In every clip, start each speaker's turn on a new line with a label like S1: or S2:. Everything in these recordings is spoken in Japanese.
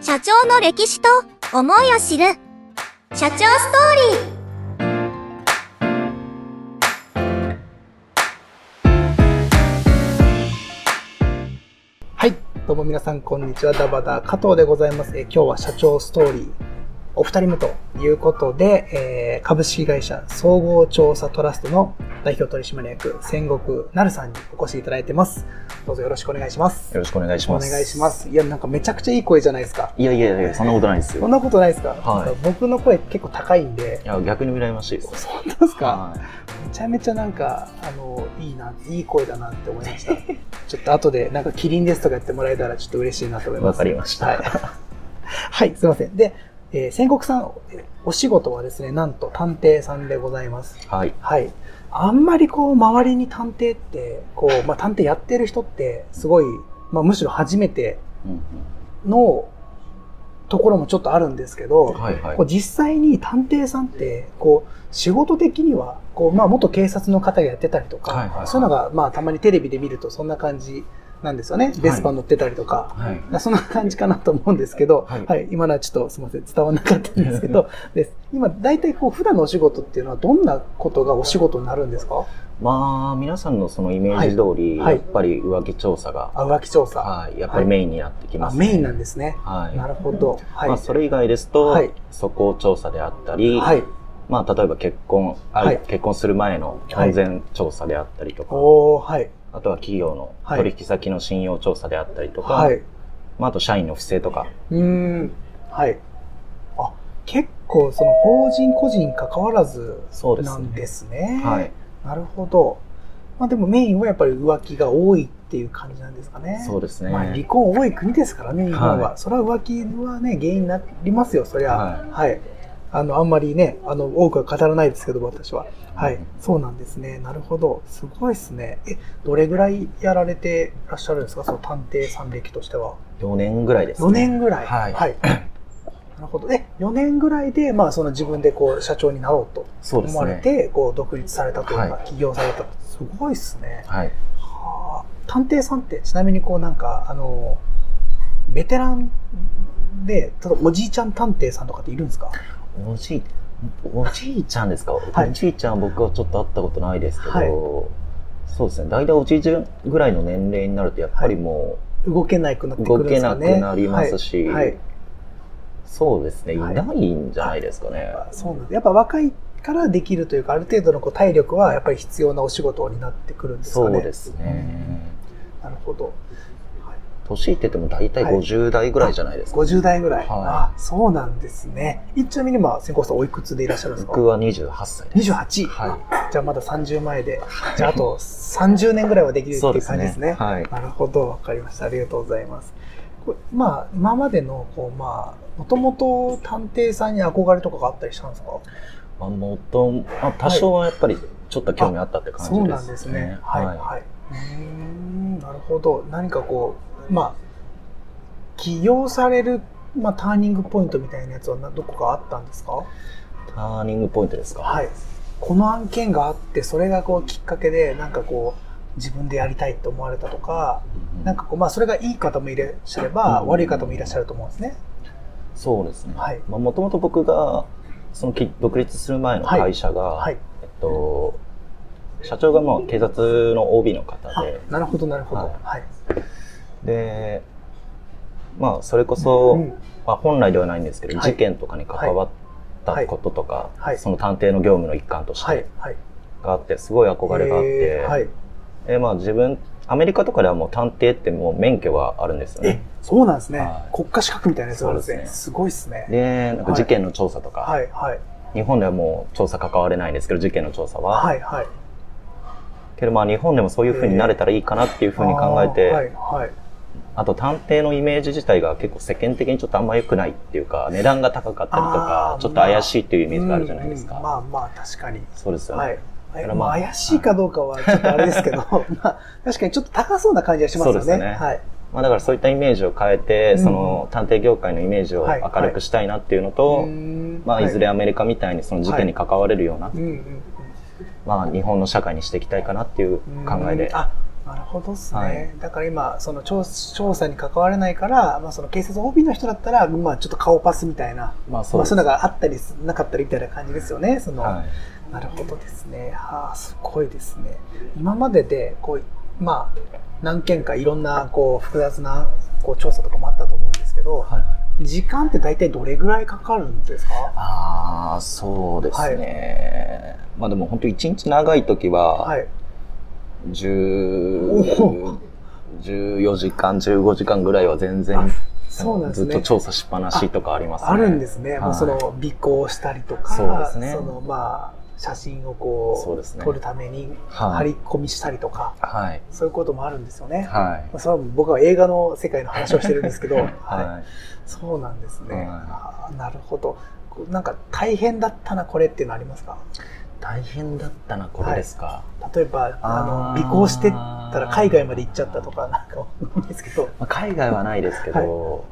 S1: 社長の歴史と思いを知る社長ストーリー
S2: はい、どうも皆さん、こんにちは。ダバダ加藤でございます。えー今日は社長ストーリー、お二人目ということで、えー株式会社総合調査トラストの代表取締役、千石なるさんにお越しいただいてます。どうぞよろしくお願いします。
S3: よろしくお願いし
S2: お
S3: ます。
S2: 願いしま。す。いや、なんかめちゃくちゃいい声じゃないですか。
S3: いやいやいや、そんなことないです
S2: そ
S3: よ。
S2: んなことないですか、
S3: はい
S2: なんか僕の声結構高いんで
S3: い、や、逆に羨ましいです。
S2: 本当ですか、
S3: は
S2: めちゃめちゃなんか、あの、いいな、いい声だなって思いま した。ちょっと後で、なんかキリンですとかやってもらえたらちょっと嬉しいなと思
S3: い。
S2: いま
S3: わ
S2: す。
S3: かりました。
S2: はい。 はい、すいません。で、えー、千国さん、えーお仕事はですね、なんと探偵さんでございます。
S3: はい。
S2: はい。あんまりこう、周りに探偵って、こう、まあ、探偵やってる人って、すごい、まあ、むしろ初めて
S3: うん
S2: のところもちょっとあるんですけど、
S3: うんはいはい
S2: こう。実際に探偵さんって、こう、仕事的には、こう、まあ、元警察の方がやってたりとか、
S3: はいはいはい
S2: そういうのが、まあ、たまにテレビで見るとそんな感じなんですよね。ベスパに乗ってたりとか。
S3: はい。
S2: そんな感じかなと思うんですけど、は、
S3: はいい
S2: 今のはちょっとすみません、伝わらなかったんですけど、 です今、大体こう、普段のお仕事っていうのは、どんなことがお仕事になるんですか
S3: まあ、皆さんのそのイメージ通り、
S2: はいはい
S3: やっぱり浮気調査が、
S2: あ浮気調査、
S3: はい、やっぱりメインになってきま
S2: あ。
S3: す、
S2: メインなん
S3: で
S2: ですね。
S3: はい。
S2: なるほど。はい。
S3: まあ、それ以外ですと、
S2: はい
S3: 素行調査であったり、
S2: はい。
S3: まあ、例えば結婚、あ
S2: はい
S3: 結婚する前の安全調査であったりとか、
S2: おー、はい。
S3: あとは企業の
S2: はい
S3: 取引先の信用調査であったりとか、
S2: はい。う
S3: まあ、あと社員の不正とか、
S2: ーん。はい。あ、結構、その、法人個人関わらず、
S3: そうですね
S2: なんですね。
S3: はい。
S2: なるほど。まあ、でもメインはやっぱり浮気が多いっていう感じなんですかね。
S3: そうですね。
S2: まあ、離婚多い国ですからね、日本は。
S3: は
S2: それは浮気はね、原因になりますよ、そりゃ。は
S3: はい
S2: い。あの、あんまりね、あの、多くは語らないですけど、私は。はい。そうなんですね。なるほど。すごいですね。え、どれぐらいやられてらっしゃるんですか、その探偵さん歴としては。
S3: 4年ぐらいです、ね。
S2: 4年ぐらい。
S3: はい
S2: なるほど。え、4年ぐらいで、まあ、その自分でこう、社長になろうと
S3: そうです
S2: 思われ
S3: ね。
S2: て、こう、独立されたというか、
S3: は
S2: 起業されたと。すごいですね。
S3: はい。
S2: はあ探偵さんってちなみにこうなんかあのベテランで例えばおじいちゃん探偵さんとかっているんですか
S3: おじい、おじいちゃ んですか、
S2: い
S3: おじいちゃん僕はちょっと会ったことないですけど、
S2: はい
S3: そうですね。大体おじいちゃんぐらいの年齢になると、やっぱりも
S2: 動けなくなっ
S3: う
S2: てく
S3: 動
S2: るんで
S3: け
S2: すか
S3: なく
S2: ね
S3: なります
S2: し
S3: し、
S2: はい、はい
S3: そうですね。い
S2: はい
S3: ないんじゃないですかね。
S2: あそうなんですやっぱ若いからできるというかある程度のこう体力はやっぱり必要なお仕事になってくるんですか
S3: そ
S2: ね
S3: うですね。
S2: なるほど
S3: 年いってても大体
S2: はい
S3: 50代ぐらいじゃないですか。
S2: 50代ぐらい、
S3: はい
S2: あそうなんですねえちなみにまあ先行さんおいくつでいらっしゃるんですか
S3: 僕は28歳です。
S2: 28、
S3: は
S2: じゃあまだ30前で、じゃああと30年ぐらいはできる
S3: い。
S2: って
S3: そう
S2: い
S3: で
S2: う
S3: す
S2: 感じ
S3: ね。
S2: ですね。
S3: はい。
S2: なるほど、わかりました。ありがとうございます。これまあ、今までの、こう、まあ、もともと探偵さんに憧れとかがあったりしたんですか
S3: まあ、もとも、まあ、多少はやっぱりちょっと興味あったって感じです、
S2: そうなんですね。はい、はい。うーん、なるほど。何かこう、まあ、起業される、まあ、ターニングポイントみたいなやつはなどこかあったんですか
S3: ターニングポイントですか。
S2: はい。この案件があって、それがこう、きっかけで、なんかこう、自分でやりたいって思われたとか、
S3: うん
S2: なんかこう、まあ、それがいい方もいらっしゃれば、
S3: うん
S2: 悪い方もいらっしゃると思うんですね。
S3: そうですね。
S2: はい
S3: まあ、もともと僕が、そのき独立する前の会社が、
S2: はい。
S3: えっと、社長がまあ警察の OB の方
S2: あ
S3: で、
S2: なるほどなるほど
S3: はい
S2: はい、
S3: で、まあ、それこそ、
S2: うん
S3: まあ、本来ではないんですけど、
S2: はい
S3: 事件とかに関わったこととか、
S2: はい
S3: その探偵の業務の一環とし
S2: は
S3: て
S2: いはい
S3: があって、すごい憧れがあって、
S2: えーはい
S3: でまあ、自分、アメリカとかではもう探偵ってもう免許があるんですよ
S2: え
S3: ね。
S2: そうなんですね、
S3: はい
S2: 国家資格みたいなやつがあるんですね
S3: そうですすね
S2: ごいですね
S3: で、なんか事件の調査とか、
S2: はいはい
S3: 日本ではもう調査関われないんですけど、事件の調査は、
S2: はいはい
S3: けどまあ日本でもそういう風になれたらいいかなっていう風に考えて、
S2: あー
S3: あ,、
S2: はいはい
S3: と探偵のイメージ自体が結構世間的にちょっとあんま良くないっていうか値段が高かったりと
S2: あ
S3: か
S2: ー
S3: ちょっと怪しいっていうイメージがあるじゃないです
S2: う
S3: か、
S2: んうんまあまあ確かに
S3: そうですよね、
S2: はいえ
S3: だからまあ
S2: まあ、怪しいかどうかはちょっとあれですけど、 まあ、確かにちょっと高そうな感じはしますよね。
S3: そうですね
S2: はい。
S3: まあ、だからそういったイメージを変え
S2: う
S3: て、
S2: ん
S3: その探偵業界のイメージを
S2: はい
S3: 明るくしたいなっていうのと、
S2: うーん
S3: まあ、いずれ
S2: は
S3: アメリカみたいにその事件に関われるような、
S2: いうんうんうん
S3: まあ、日本の社会にしていきたいかなっていう考え
S2: うん
S3: で
S2: あななるほどですね、
S3: はい
S2: だから今その調調査に関われないから、まあ、その警察 OB の人だったら、まあ、ちょっと顔パスみたいな
S3: まあそ
S2: まあ、
S3: うで
S2: そ
S3: す
S2: ういうのがあったりすなかったりみたいな感じですよね。その
S3: はい
S2: なるほどですね。はあ、すごいですね。今までで、こう、まあ、何件かいろんな、こう、複雑な、こう、調査とかもあったと思うんですけど、
S3: はい
S2: 時間って大体どれぐらいかかるんですか
S3: ああそうですね、まあでも本当一日長い時は
S2: はい。お
S3: 10 14時間15時間ぐらいは全
S2: あ
S3: 然
S2: そうなんです
S3: ずっと
S2: ね。
S3: 調査しっぱなしとかありますね
S2: あるんですね。
S3: い
S2: もうその、尾行したりとか、
S3: そうですね
S2: その、まあ、写真を
S3: そ
S2: こ
S3: うです
S2: う、
S3: ね
S2: 撮るために、張
S3: はい
S2: り込みしたりとか、
S3: はい
S2: そういうこともあるんですよね。
S3: はい
S2: まあそれは僕は映画の世界の話をしてるんですけど、はい
S3: はい
S2: そうなんですね。
S3: はい
S2: あーなるほど。こうなんか大変だったなこれっていうのありますか？
S3: 大変だったなこれですか、
S2: 例えばあ
S3: あ
S2: の
S3: ー
S2: 尾行してったら海外まで行っちゃったとかなんかわかんないですけど、
S3: まあ、海外はないですけど、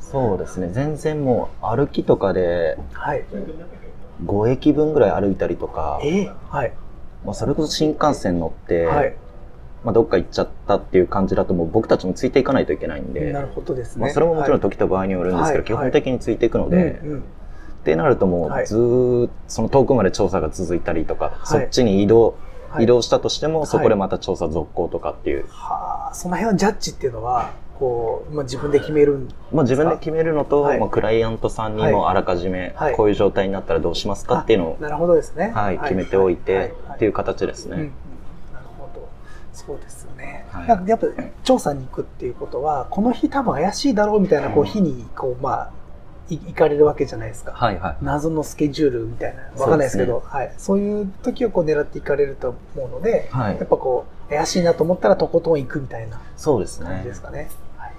S3: そうですね全然もう歩きとかで
S2: はい。
S3: 5駅分ぐらい歩いたりとか、
S2: えーはい
S3: まあ、それこそ新幹線乗って、
S2: はい、
S3: まあ、どっか行っちゃったっていう感じだともう僕たちもついていかないといけないんで、
S2: なるほどですね。
S3: まあ、それももちろん
S2: はい
S3: 時と場合によるんですけど、
S2: はい
S3: 基本的についていくので、
S2: うんうん
S3: ってなるとも
S2: はいう
S3: ずーっとその遠くまで調査が続いたりとか、
S2: い
S3: そっちに移動、
S2: はい
S3: 移動したとして
S2: は
S3: も
S2: い
S3: そこでまた調査続行とかっていう、
S2: はあその辺のジャッジっていうのはこうまあ自分で決めるん
S3: まあ、自分で決めるのと、
S2: はい
S3: まあ、クライアントさんにもあらかじめ
S2: はい
S3: こういう状態になったらどうしますかっていうのを、
S2: なるほどですね。
S3: はい決めておいて、
S2: はは
S3: っていう形ですね。
S2: うんうんなるほどそうですよね、
S3: はい
S2: なんかやっぱ調査に行くっていうことはこの日多分怪しいだろうみたいなこう
S3: うん
S2: 日にこうまあい行かれるわけじゃないですか、
S3: はいはい
S2: 謎のスケジュールみたいなわかんないですけどはい、そういう時をこう狙っていかれると思うので
S3: は
S2: やっ
S3: い、
S2: ぱこう怪しいなと思ったらとことん行くみたいな
S3: そうです
S2: 感じ
S3: ね
S2: です。かね、はい、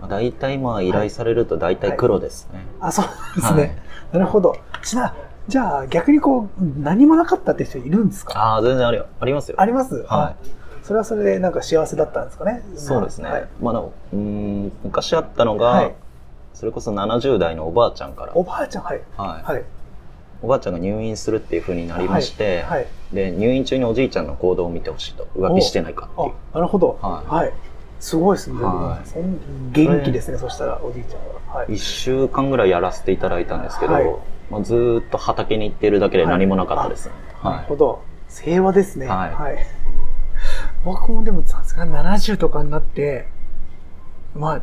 S3: まあ、大体まあ依頼されると大体黒ですね。
S2: あそうですね、なるほどちなじゃあ逆にこう何もなかったって人いるんですか
S3: ああ、全然ありありますよ。
S2: あります、、
S3: はい
S2: それはそれでなんか幸せだったんですかね
S3: い。そうですね。
S2: はい
S3: まあでも、うーん、昔あったのが、
S2: はい
S3: それこそ70代のおばあちゃんから、
S2: おばあちゃんはい
S3: はい、
S2: はい
S3: おばあちゃんが入院するっていうふうになりまして、
S2: はい
S3: で、入院中におじいちゃんの行動を見てほしいと。浮気してないかってい
S2: あ
S3: う。
S2: なるほど
S3: はい
S2: はいすごいですね
S3: はい
S2: そん元気ですねそしたらおじいちゃんははい
S3: 1週間ぐらいやらせていただいたんですけど、
S2: はい
S3: まあ、ずーっと畑に行ってるだけで何もなかったです、ね
S2: なる
S3: はい
S2: ほど平和ですね
S3: はい
S2: い僕もでもさすがに70とかになってまあ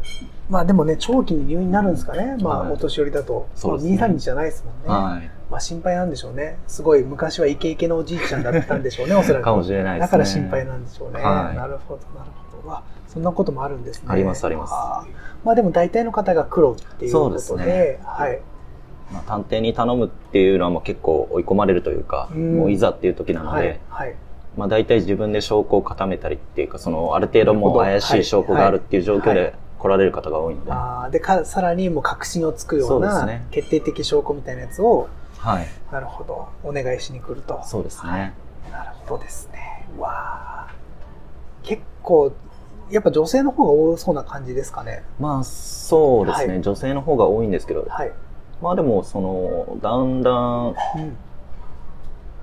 S2: まあでもね長期に入院になるんですかねま
S3: は
S2: あ
S3: い
S2: お年寄りだとま
S3: そう
S2: あ
S3: ですね
S2: 23日じゃないですもんね
S3: はい
S2: まあ心配なんでしょうねすごい昔はイケイケのおじいちゃんだったんでしょ うねおそら
S3: かも
S2: く
S3: しれないで
S2: だ
S3: すね
S2: から心配なんでしょうね
S3: はい
S2: なるほどなるほどうわそんなこともあるんですね
S3: ありますあります
S2: あーまあでも大体の方が黒っていう
S3: そ
S2: こ
S3: うで
S2: と
S3: す
S2: で
S3: ね
S2: はい
S3: まあ、探偵に頼むっていうのはもう結構追い込まれるというか、
S2: うん
S3: もういざっていう時なので、
S2: はいはい
S3: まあ、大体自分で証拠を固めたりっていうかそのある程度もう
S2: なるほど
S3: 怪しい証拠があるっていう状況
S2: は
S3: で来られる方が多いので、はい
S2: あーでかさらにもう確信をつくよう
S3: そ
S2: な
S3: うですね
S2: 決定的証拠みたいなやつをなるほどお願いしに来ると
S3: そうですね
S2: なるほどですねわあ結構やっぱ女性の方が多そうな感じですかね
S3: まあそうですね、
S2: はい
S3: 女性の方が多いんですけど
S2: はい、
S3: まあでもそのだんだん
S2: うん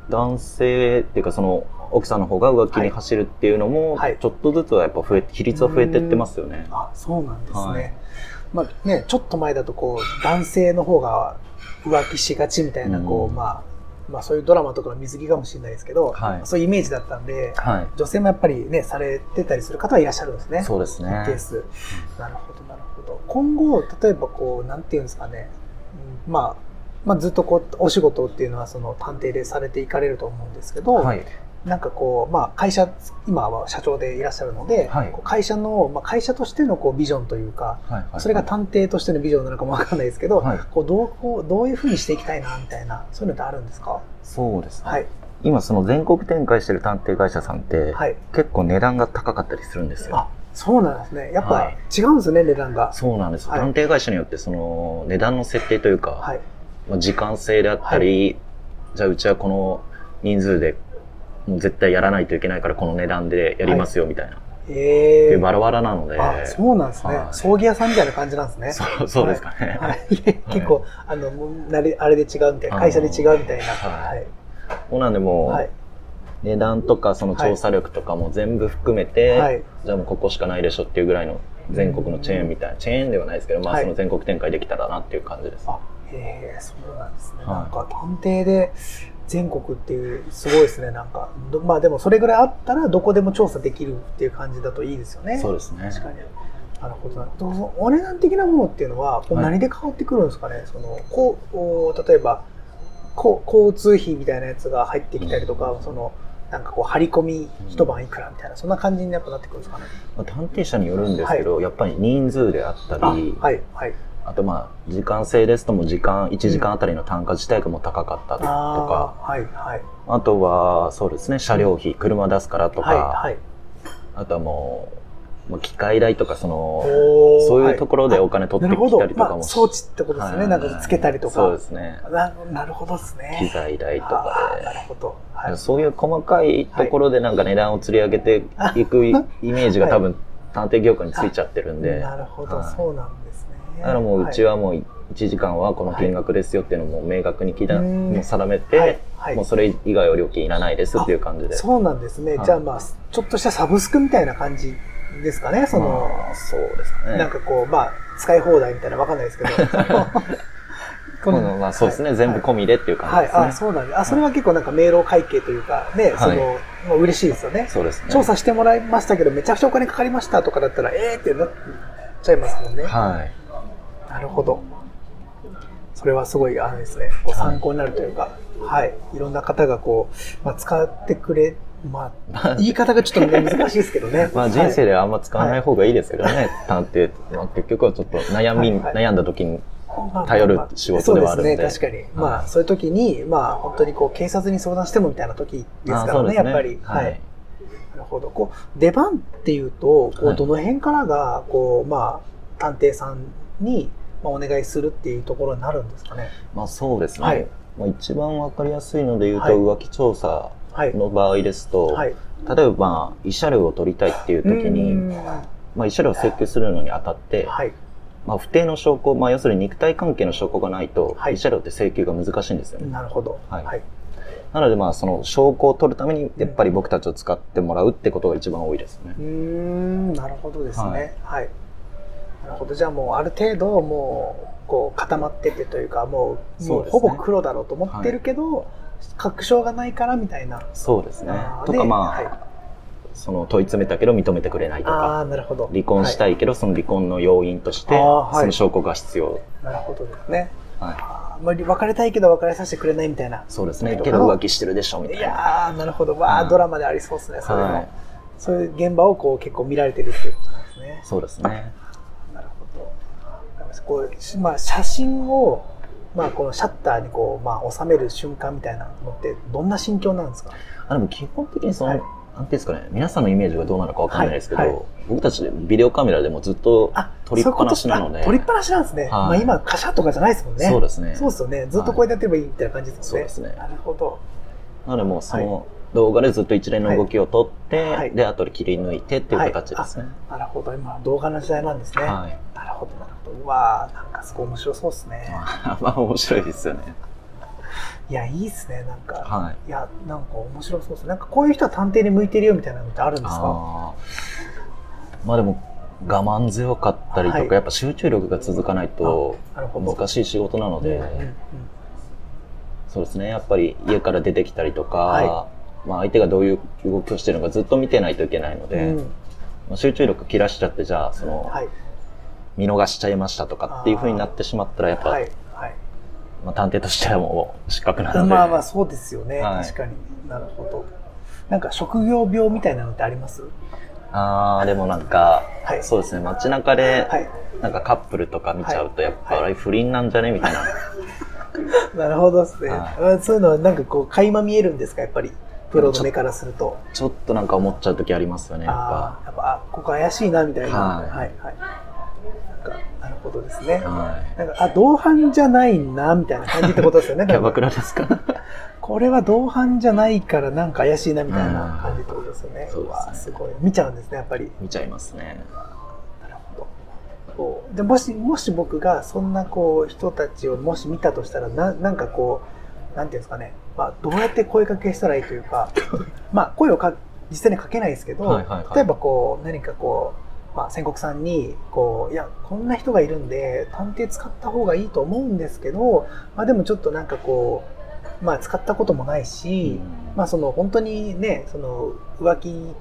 S3: 男性っていうかその奥さんの方が浮気に走るっていうのも、
S2: はいはい
S3: ちょっとずつはやっぱ増えて比率は増えてってますよね、
S2: あそうなんですね、
S3: はい
S2: まあねちょっと前だとこう男性の方が浮気しがちみたいなこう、
S3: うん
S2: まあ、まあそういうドラマとかの水着かもしれないですけど、
S3: はい
S2: そういうイメージだったんで
S3: は
S2: 女性もやっぱりねされてたりする方はいらっしゃるんですね
S3: いそうですね
S2: 一定数なるほどなるほど今後例えばこうなんていうんですかね、うんまあまあ、ずっとこうお仕事っていうのはその探偵でされていかれると思うんですけど、
S3: はい
S2: なんかこう、まあ、会社今は社長でいらっしゃるので、
S3: はい
S2: こう会社の、まあ、会社としてのこうビジョンというか、
S3: はいはい
S2: それが探偵としてのビジョンなのかもわかんないですけど、
S3: はい
S2: こうどうこうどういうふうにしていきたいなみたいなそういうのってあるんですか、
S3: そうですね、
S2: はい
S3: 今その全国展開してる探偵会社さんって、
S2: はい、
S3: 結構値段が高かったりするんですよ
S2: あそうなんですねやっ
S3: は
S2: ぱ
S3: い
S2: 違うんですね、値段が。
S3: そうなんですよ、
S2: はい
S3: 探偵会社によってその値段の設定というか、
S2: はい、
S3: まあ、時間制であったり、じゃあうちはこの人数でもう絶対やらないといけないからこの値段でやりますよみたいな、
S2: え
S3: で
S2: ー、
S3: バラバラなので
S2: あそうなんですね、
S3: はい
S2: 葬儀屋さんみたいな感じなんですね。
S3: そうそうですかね、
S2: はい、結構、あのもうなれあれで違うみたいな会社で違うみたいな。
S3: あのー
S2: はい
S3: もうなんでもう、
S2: はい
S3: 値段とかその調査力とかも全部含めて、
S2: はい。
S3: じゃあもうここしかないでしょっていうぐらいの全国のチェーンみたいな、チェーンではないですけど、まあ
S2: はい
S3: その全国展開できたらなっていう感じです。
S2: あええそうなんですね。
S3: い
S2: なんか探偵で全国っていう、すごいですね。なんか、どまあでもそれぐらいあったらどこでも調査できるっていう感じだといいですよね。
S3: そうですね。
S2: 確かに。なるほどなるほど。そのお値段的なものっていうのは、こう
S3: はい
S2: 何で変わってくるんですかね。その、こうお、例えば、こう交通費みたいなやつが入ってきたりとか、その、なんかこう張り込み一晩いくらみたいな、そんな感じにやっぱなってくるんですかね。
S3: まあ、探偵者によるんですけど、やっぱり人数であった
S2: あ
S3: り、あ,、
S2: はいはい。
S3: とまあ時間制ですとも時間1時間あたりの単価自体がもう高かったりとか、
S2: あーはいはい
S3: あとはそうですね車両費、車出すからとか、
S2: はいはい。
S3: あとはもうもう機械代とかその
S2: おー
S3: そうい
S2: は
S3: うところでお金取
S2: な
S3: っ
S2: る
S3: て
S2: ほ
S3: き
S2: ど
S3: たりとか
S2: まあ
S3: もし
S2: 装置ってことですよね、なんかつけたりとか
S3: そうですね
S2: ななるほどですね
S3: 機材代と
S2: あ
S3: か
S2: ーなるほど、
S3: で、
S2: はい、
S3: そういう細かいところでなんか値段を釣り上げていくイメージが多分探偵業界についちゃってるんで、
S2: なるほど、
S3: はい
S2: そうなんですね
S3: だからもううち
S2: は
S3: はもう1時間はこの金額ですよっていうのも明確に聞いた、
S2: うん
S3: もう定め
S2: い、は
S3: て
S2: い、はい
S3: もうそれ以外は料金いらないですっていう感じで。
S2: そうなんですね、
S3: はい
S2: じゃあまあちょっとしたサブスクみたいな感じですかねその、
S3: まあそうですかね。
S2: なんかこうまあ使い放題みたいなわかんないです けど
S3: このまあそうですね、全部込みでっていう感
S2: は
S3: じ
S2: い、
S3: ですね。
S2: あそうなんですあそれは結構なんか明朗会計というかね、そ
S3: はい
S2: のまあ嬉しいですよね
S3: そうですね。
S2: 調査してもらいましたけど、めちゃくちゃお金かかりましたとかだったら、えーってなっちゃいますもんね。
S3: はい。。
S2: なるほど。それはすごい、あれですね、こう参考になるというか、はい、いろんな方がこう、まあ、使ってくれ、まあ、言い方がちょっとね難しいですけどね
S3: まあ人生
S2: で、
S3: ではあんま使わない方がいいですけどね、探偵って。まあ結局はちょっと悩み、
S2: はいはい
S3: 悩んだ時に
S2: まあ
S3: 頼る仕事ではあるんで
S2: そうですね、確かに。まあ、そういう時に、まあ、本当にこう、警察に相談してもみたいな時です
S3: あ
S2: から
S3: そう
S2: ね、やっぱり。
S3: は
S2: はいい。。なるほど。こう、出番っていうと、こ
S3: は
S2: う
S3: い
S2: どの辺からが、こう、まあ、探偵さんに、まあ、お願いするっていうところになるんですかね。
S3: まあそうですね。
S2: はい
S3: まあ一番わかりやすいので言うと、
S2: はい
S3: 浮気調査
S2: はい。
S3: の場合ですと、
S2: はい。
S3: 例えば、まあ、慰謝料を取りたいっていう時
S2: う
S3: に、
S2: んは
S3: まあ、慰謝料を請求するのにあたって、
S2: い。
S3: まあ、不定の証拠、まあ、要するに肉体関係の証拠がないと、
S2: はい
S3: 慰謝料って請求が難しいんですよね。
S2: なるほど。
S3: はい
S2: はい。
S3: なので、まあ、その証拠を取るために、やっぱり僕たちを使ってもらうってことが一番多いですね
S2: うー。ん、なるほどです
S3: は
S2: ね
S3: い。
S2: はい。なるほど。じゃあもう、ある程度、もう、こう、固まっててというか、もう、
S3: そ
S2: も
S3: う
S2: う
S3: です
S2: ほ
S3: ね
S2: ぼ黒だろうと思ってるけど、確証がないからみたいな。
S3: そうですね
S2: あ。ー
S3: と
S2: で
S3: か、まあ、
S2: はい
S3: その問い詰めたけど認めてくれないと
S2: あ
S3: か、
S2: あ、なるほど。
S3: 離婚したいけど、その離婚の要因として、
S2: あーはい
S3: その証拠が必要。
S2: なるほどですね。
S3: はい
S2: あーまあ、別れたいけど別れさせてくれないみたいな。
S3: そうですね
S2: な。るほ
S3: け
S2: ど
S3: ど浮気してるでしょ、みた
S2: い
S3: いな。
S2: やー、なるほど。わ
S3: う
S2: あ、
S3: ん
S2: ドラマでありそうですね、それも。
S3: はい
S2: そういう現場をこう結構見られてるっていうことなんですね。
S3: そうですね。
S2: なるほど。こうしまあ、写真を、まあ、このシャッターにこう、まあ、収める瞬間みたいなのって、どんな心境なんですか
S3: あでも基本的にその、
S2: はい
S3: なんていうんですかね、皆さんのイメージがどうなのかわかんないですけど、
S2: はいはい
S3: 僕たちビデオカメラでもずっと
S2: あ
S3: 撮りっぱなしな
S2: そういうこ
S3: ので、
S2: とあ撮りっぱなしなんですね。
S3: い
S2: まあ、今、カシャッとかじゃないですもんね。
S3: そうですね。
S2: そうですよね。ずっとこうやってやってればいいみたいな感じです
S3: そ
S2: も
S3: うんで
S2: ね。
S3: すね。
S2: なるほど。
S3: なのでもうその動画でずっと一連の動きを撮って、
S2: はいはい
S3: で、後で切り抜いてっていう形ですね。
S2: なるほど。今、動画の時代なんですね。
S3: はい。
S2: なるほど、なるほど。うわあ、なんかすごい面白そうですね。
S3: まあまあ面白いですよね。
S2: いや、いいですね、なんか。
S3: はい。
S2: いや、なんか面白そうですね。なんかこういう人は探偵に向いてるよみたいなのってあるんですか
S3: あーまあでも我慢強かったりとか、
S2: はい
S3: やっぱ集中力が続かないと
S2: なるほど。
S3: 難しい仕事なので、
S2: うんうん
S3: そうですねやっぱり家から出てきたりとか、
S2: は
S3: まあ、相手がどういう動きをしてるのかずっと見てないといけないので、
S2: うんうん
S3: まあ集中力切らしちゃってじゃあその、
S2: はい。
S3: 見逃しちゃいましたとかっていうふうになってしまったらやっぱ、
S2: はい。はい。
S3: まあ、探偵としてはもう失格なので、
S2: まあまあ、そうですよね。
S3: はい
S2: 確かに。なるほど。なんか職業病みたいなのってあります
S3: あーでもなんか、
S2: はい
S3: そうですね街中で
S2: はい。
S3: なんかカップルとか見ちゃうとやっぱ
S2: は
S3: り不倫なんじゃねみたいな、
S2: なるほどですね。
S3: はい
S2: うんそういうのはなんかこう、垣間見えるんですかやっぱり。プロの目からすると。
S3: ちょっとなんか思っちゃう時ありますよねやっ
S2: あ
S3: ぱ。
S2: あ、やっぱ、あ、ここ怪しいな、みたいな。は。
S3: はいい
S2: はい。なんか、なるほどですね。
S3: は
S2: なんか、あ、同伴じゃないな、みたいな感じってことですよね。
S3: い。キャバ
S2: 多分
S3: クラですか
S2: これは同伴じゃないからなんか怪しいなみたいな感じってことですよね。
S3: うんそうですね
S2: わあすごい。見ちゃうんですね、やっぱり。
S3: 見ちゃいますね。
S2: なるほど。こうでもし、もし僕がそんなこう人たちをもし見たとしたら、ななんかこう、なんていうんですかね、まあ、どうやって声かけしたらいいという か、まあ、声をか実際にはかけないですけど、
S3: はいはいはい
S2: 例えばこう何かこう、まあ、宣告さんにこういやこんな人がいるんで探偵使った方がいいと思うんですけど、まあ、でもちょっとなんかこう、まあ、使ったこともないし、まあ、その本当にねその浮気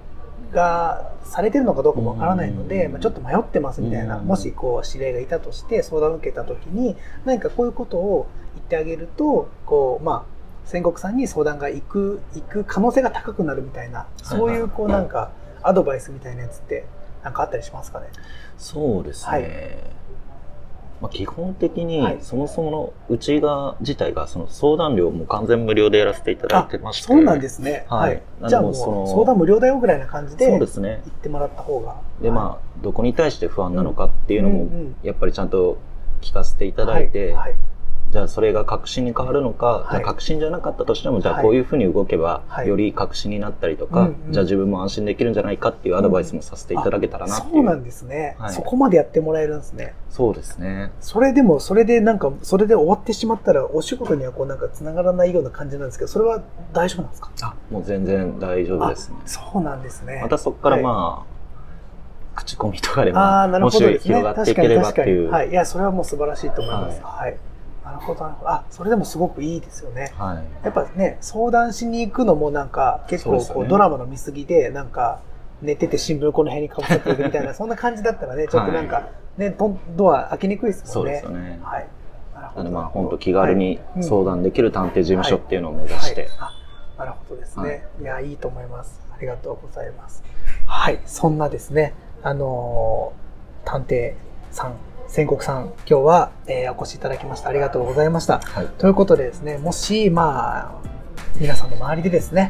S2: がされてるのかどうかもわからないので、
S3: うん
S2: まあ、ちょっと迷ってますみたいな、
S3: うん
S2: もしこう知り合いがいたとして相談を受けた時に何かこういうことを言ってあげるとこうまあ戦国さんに相談が行く行く可能性が高くなるみたいなそういうこうなんかアドバイスみたいなやつってなんかあったりしますかね
S3: そうですね、
S2: はい
S3: まあ、基本的に、
S2: はい
S3: そもそものうちが自体がその相談料も完全無料でやらせていただいてまして
S2: そうなんですすね、は
S3: はいい
S2: じゃあも
S3: なんでもうその
S2: う相談無料だよぐらいな感じで
S3: そう
S2: 行
S3: で
S2: っ
S3: すね
S2: てもらった方が
S3: で
S2: あっ
S3: まあどこに対して不安なのかっていうのも、やっぱりちゃんと聞かせていただいて、
S2: はい
S3: じゃあそれが確信に変わるのか、
S2: い
S3: じゃあ確信じゃなかったとしても、じゃ
S2: は
S3: あ
S2: い
S3: こういうふうに動けば、
S2: はい
S3: より確信になったりとか、
S2: うんうん
S3: じゃあ自分も安心できるんじゃないかっていうアドバイスもさせていただけたらなっていう。
S2: そうなんですね、
S3: はい
S2: そこまでやってもらえるんですね
S3: そうですね。
S2: それでもそれでなんかそれで終わってしまったらお仕事にはこうなんかつながらないような感じなんですけどそれは大丈夫なんですか
S3: あ、もう全然大丈夫ですね。
S2: そうなんですね
S3: またそこからまあ、口コミとかでも、
S2: ああなる
S3: も
S2: ほ
S3: し
S2: どですね
S3: 広がっていければっていう。
S2: は、
S3: はい
S2: いやそれはもう素晴らしいと思いますはい、なるほどなるほどあそれでもすごくいいですよね
S3: い。
S2: やっぱね相談しに行くのもなんか結
S3: そう
S2: 構
S3: ですよ
S2: こ
S3: ね
S2: うドラマの見過ぎでなんか寝てて新聞この辺にかぶさってるみたいなそんな感じだったらねちょっとなんかね、どんドア開けにくいです
S3: そ
S2: も
S3: うん
S2: ね
S3: ですよね。
S2: はいなるほど
S3: なのでまあ、本当気軽に
S2: うん
S3: 相談できる探偵事務所っていうのを目指して。
S2: はい、あなるほどですね、い、やいいと思いますありがとうございますはいそんなですねあのー探偵さん宣国さん今日は、えーお越しいただきましたありがとうございました
S3: はい。
S2: ということでですねもしまあ皆さんの周りでですね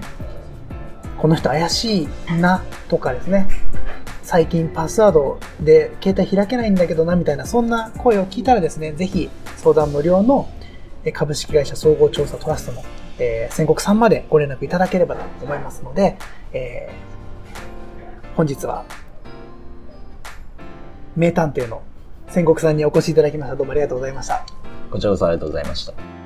S2: この人怪しいなとかですね最近パスワードで携帯開けないんだけどなみたいなそんな声を聞いたらですねぜひ相談無料のえ株式会社総合調査トラストの、えー、宣告さんまでご連絡いただければと思いますので、えー本日は名探偵の宣告さんにお越しいただきましたどうもありがとうございました
S3: こちらこそありがとうございました。